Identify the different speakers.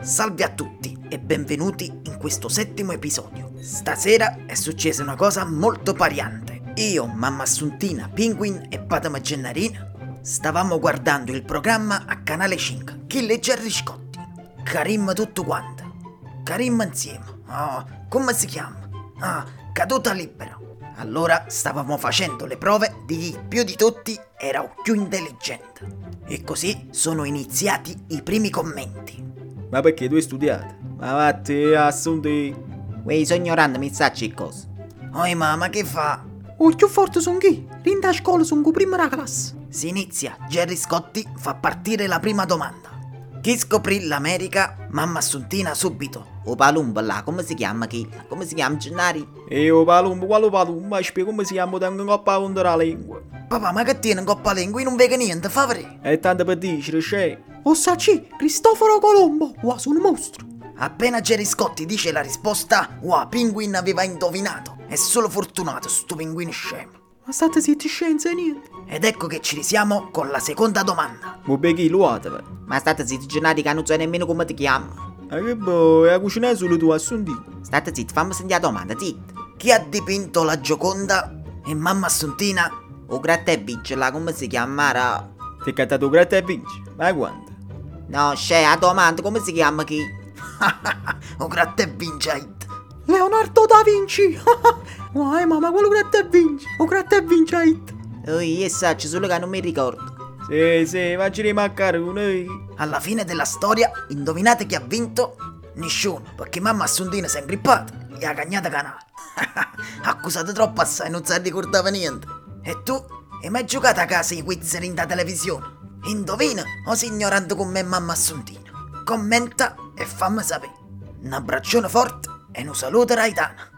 Speaker 1: Salve a tutti e benvenuti in questo settimo episodio. Stasera è successa una cosa molto pariante. Io, mamma Assuntina, Penguin e Padama Gennarina stavamo guardando il programma a Canale 5, Kill e Jerry Scotti. Karim tutto quanto. Karim insieme. Oh, come si chiama? Ah, caduta libera. Allora stavamo facendo le prove di chi più di tutti era o più intelligente. E così sono iniziati i primi commenti.
Speaker 2: Ma perché tu hai studiato? Ma vatte, assunti.
Speaker 3: Quei sognorando mi sa che cosa.
Speaker 1: Oi mamma che fa?
Speaker 4: O più Oh, forte sono chi? Rinda a scuola sono prima della classe.
Speaker 1: Si inizia, Jerry Scotti fa partire la prima domanda. Chi scoprì l'America? Mamma Assuntina subito.
Speaker 3: O palumba là, come si chiama chi? Come si chiama Gennari?
Speaker 2: E o palumbo, quale palumbo? Spiego come si chiama, tengo coppa contro la lingua.
Speaker 1: Papà, ma che tiene in coppa lingua? Io non vega niente, favore.
Speaker 2: E tanto per dire, c'è.
Speaker 4: O sa chi? Cristoforo Colombo. Wow, sono un mostro.
Speaker 1: Appena Jerry Scotti dice la risposta, wow, Penguin aveva indovinato. È solo fortunato, sto pinguino scemo.
Speaker 4: Ma state zitti scienze e niente.
Speaker 1: Ed ecco che ci risiamo con la seconda domanda.
Speaker 2: Mo bechi l'uatava.
Speaker 3: Ma state zitti Gennari che non so nemmeno come ti chiama.
Speaker 2: Ma che boh, è a cucinare solo tu, assunti.
Speaker 3: State zitti, fammi sentire la domanda, zitti.
Speaker 1: Chi ha dipinto la Gioconda? E mamma Assuntina?
Speaker 3: O gratta e bici là, come si chiama? Ra?
Speaker 2: Ti è cattato gratta e vinci. Ma quanto?
Speaker 3: No, c'è la domanda, come si chiama chi?
Speaker 1: o gratta e vincite.
Speaker 4: Leonardo da Vinci. Uai, mamma, quello gratta e vinci. O gratta e vinci. it.
Speaker 3: Ui, io saccio solo che non mi ricordo.
Speaker 2: Sì, sì, facci mancare con noi.
Speaker 1: Alla fine della storia, indovinate chi ha vinto? Nessuno, perché mamma Assuntina si è ingrippata e ha cagnata canale. Accusate troppo assai, non si ricordava niente. E tu? Hai mai giocato a casa i quiz in da televisione? Indovina o sei ignorante con me mamma Assuntina? Commenta e fammi sapere. Un abbraccione forte e un saluto Raitana.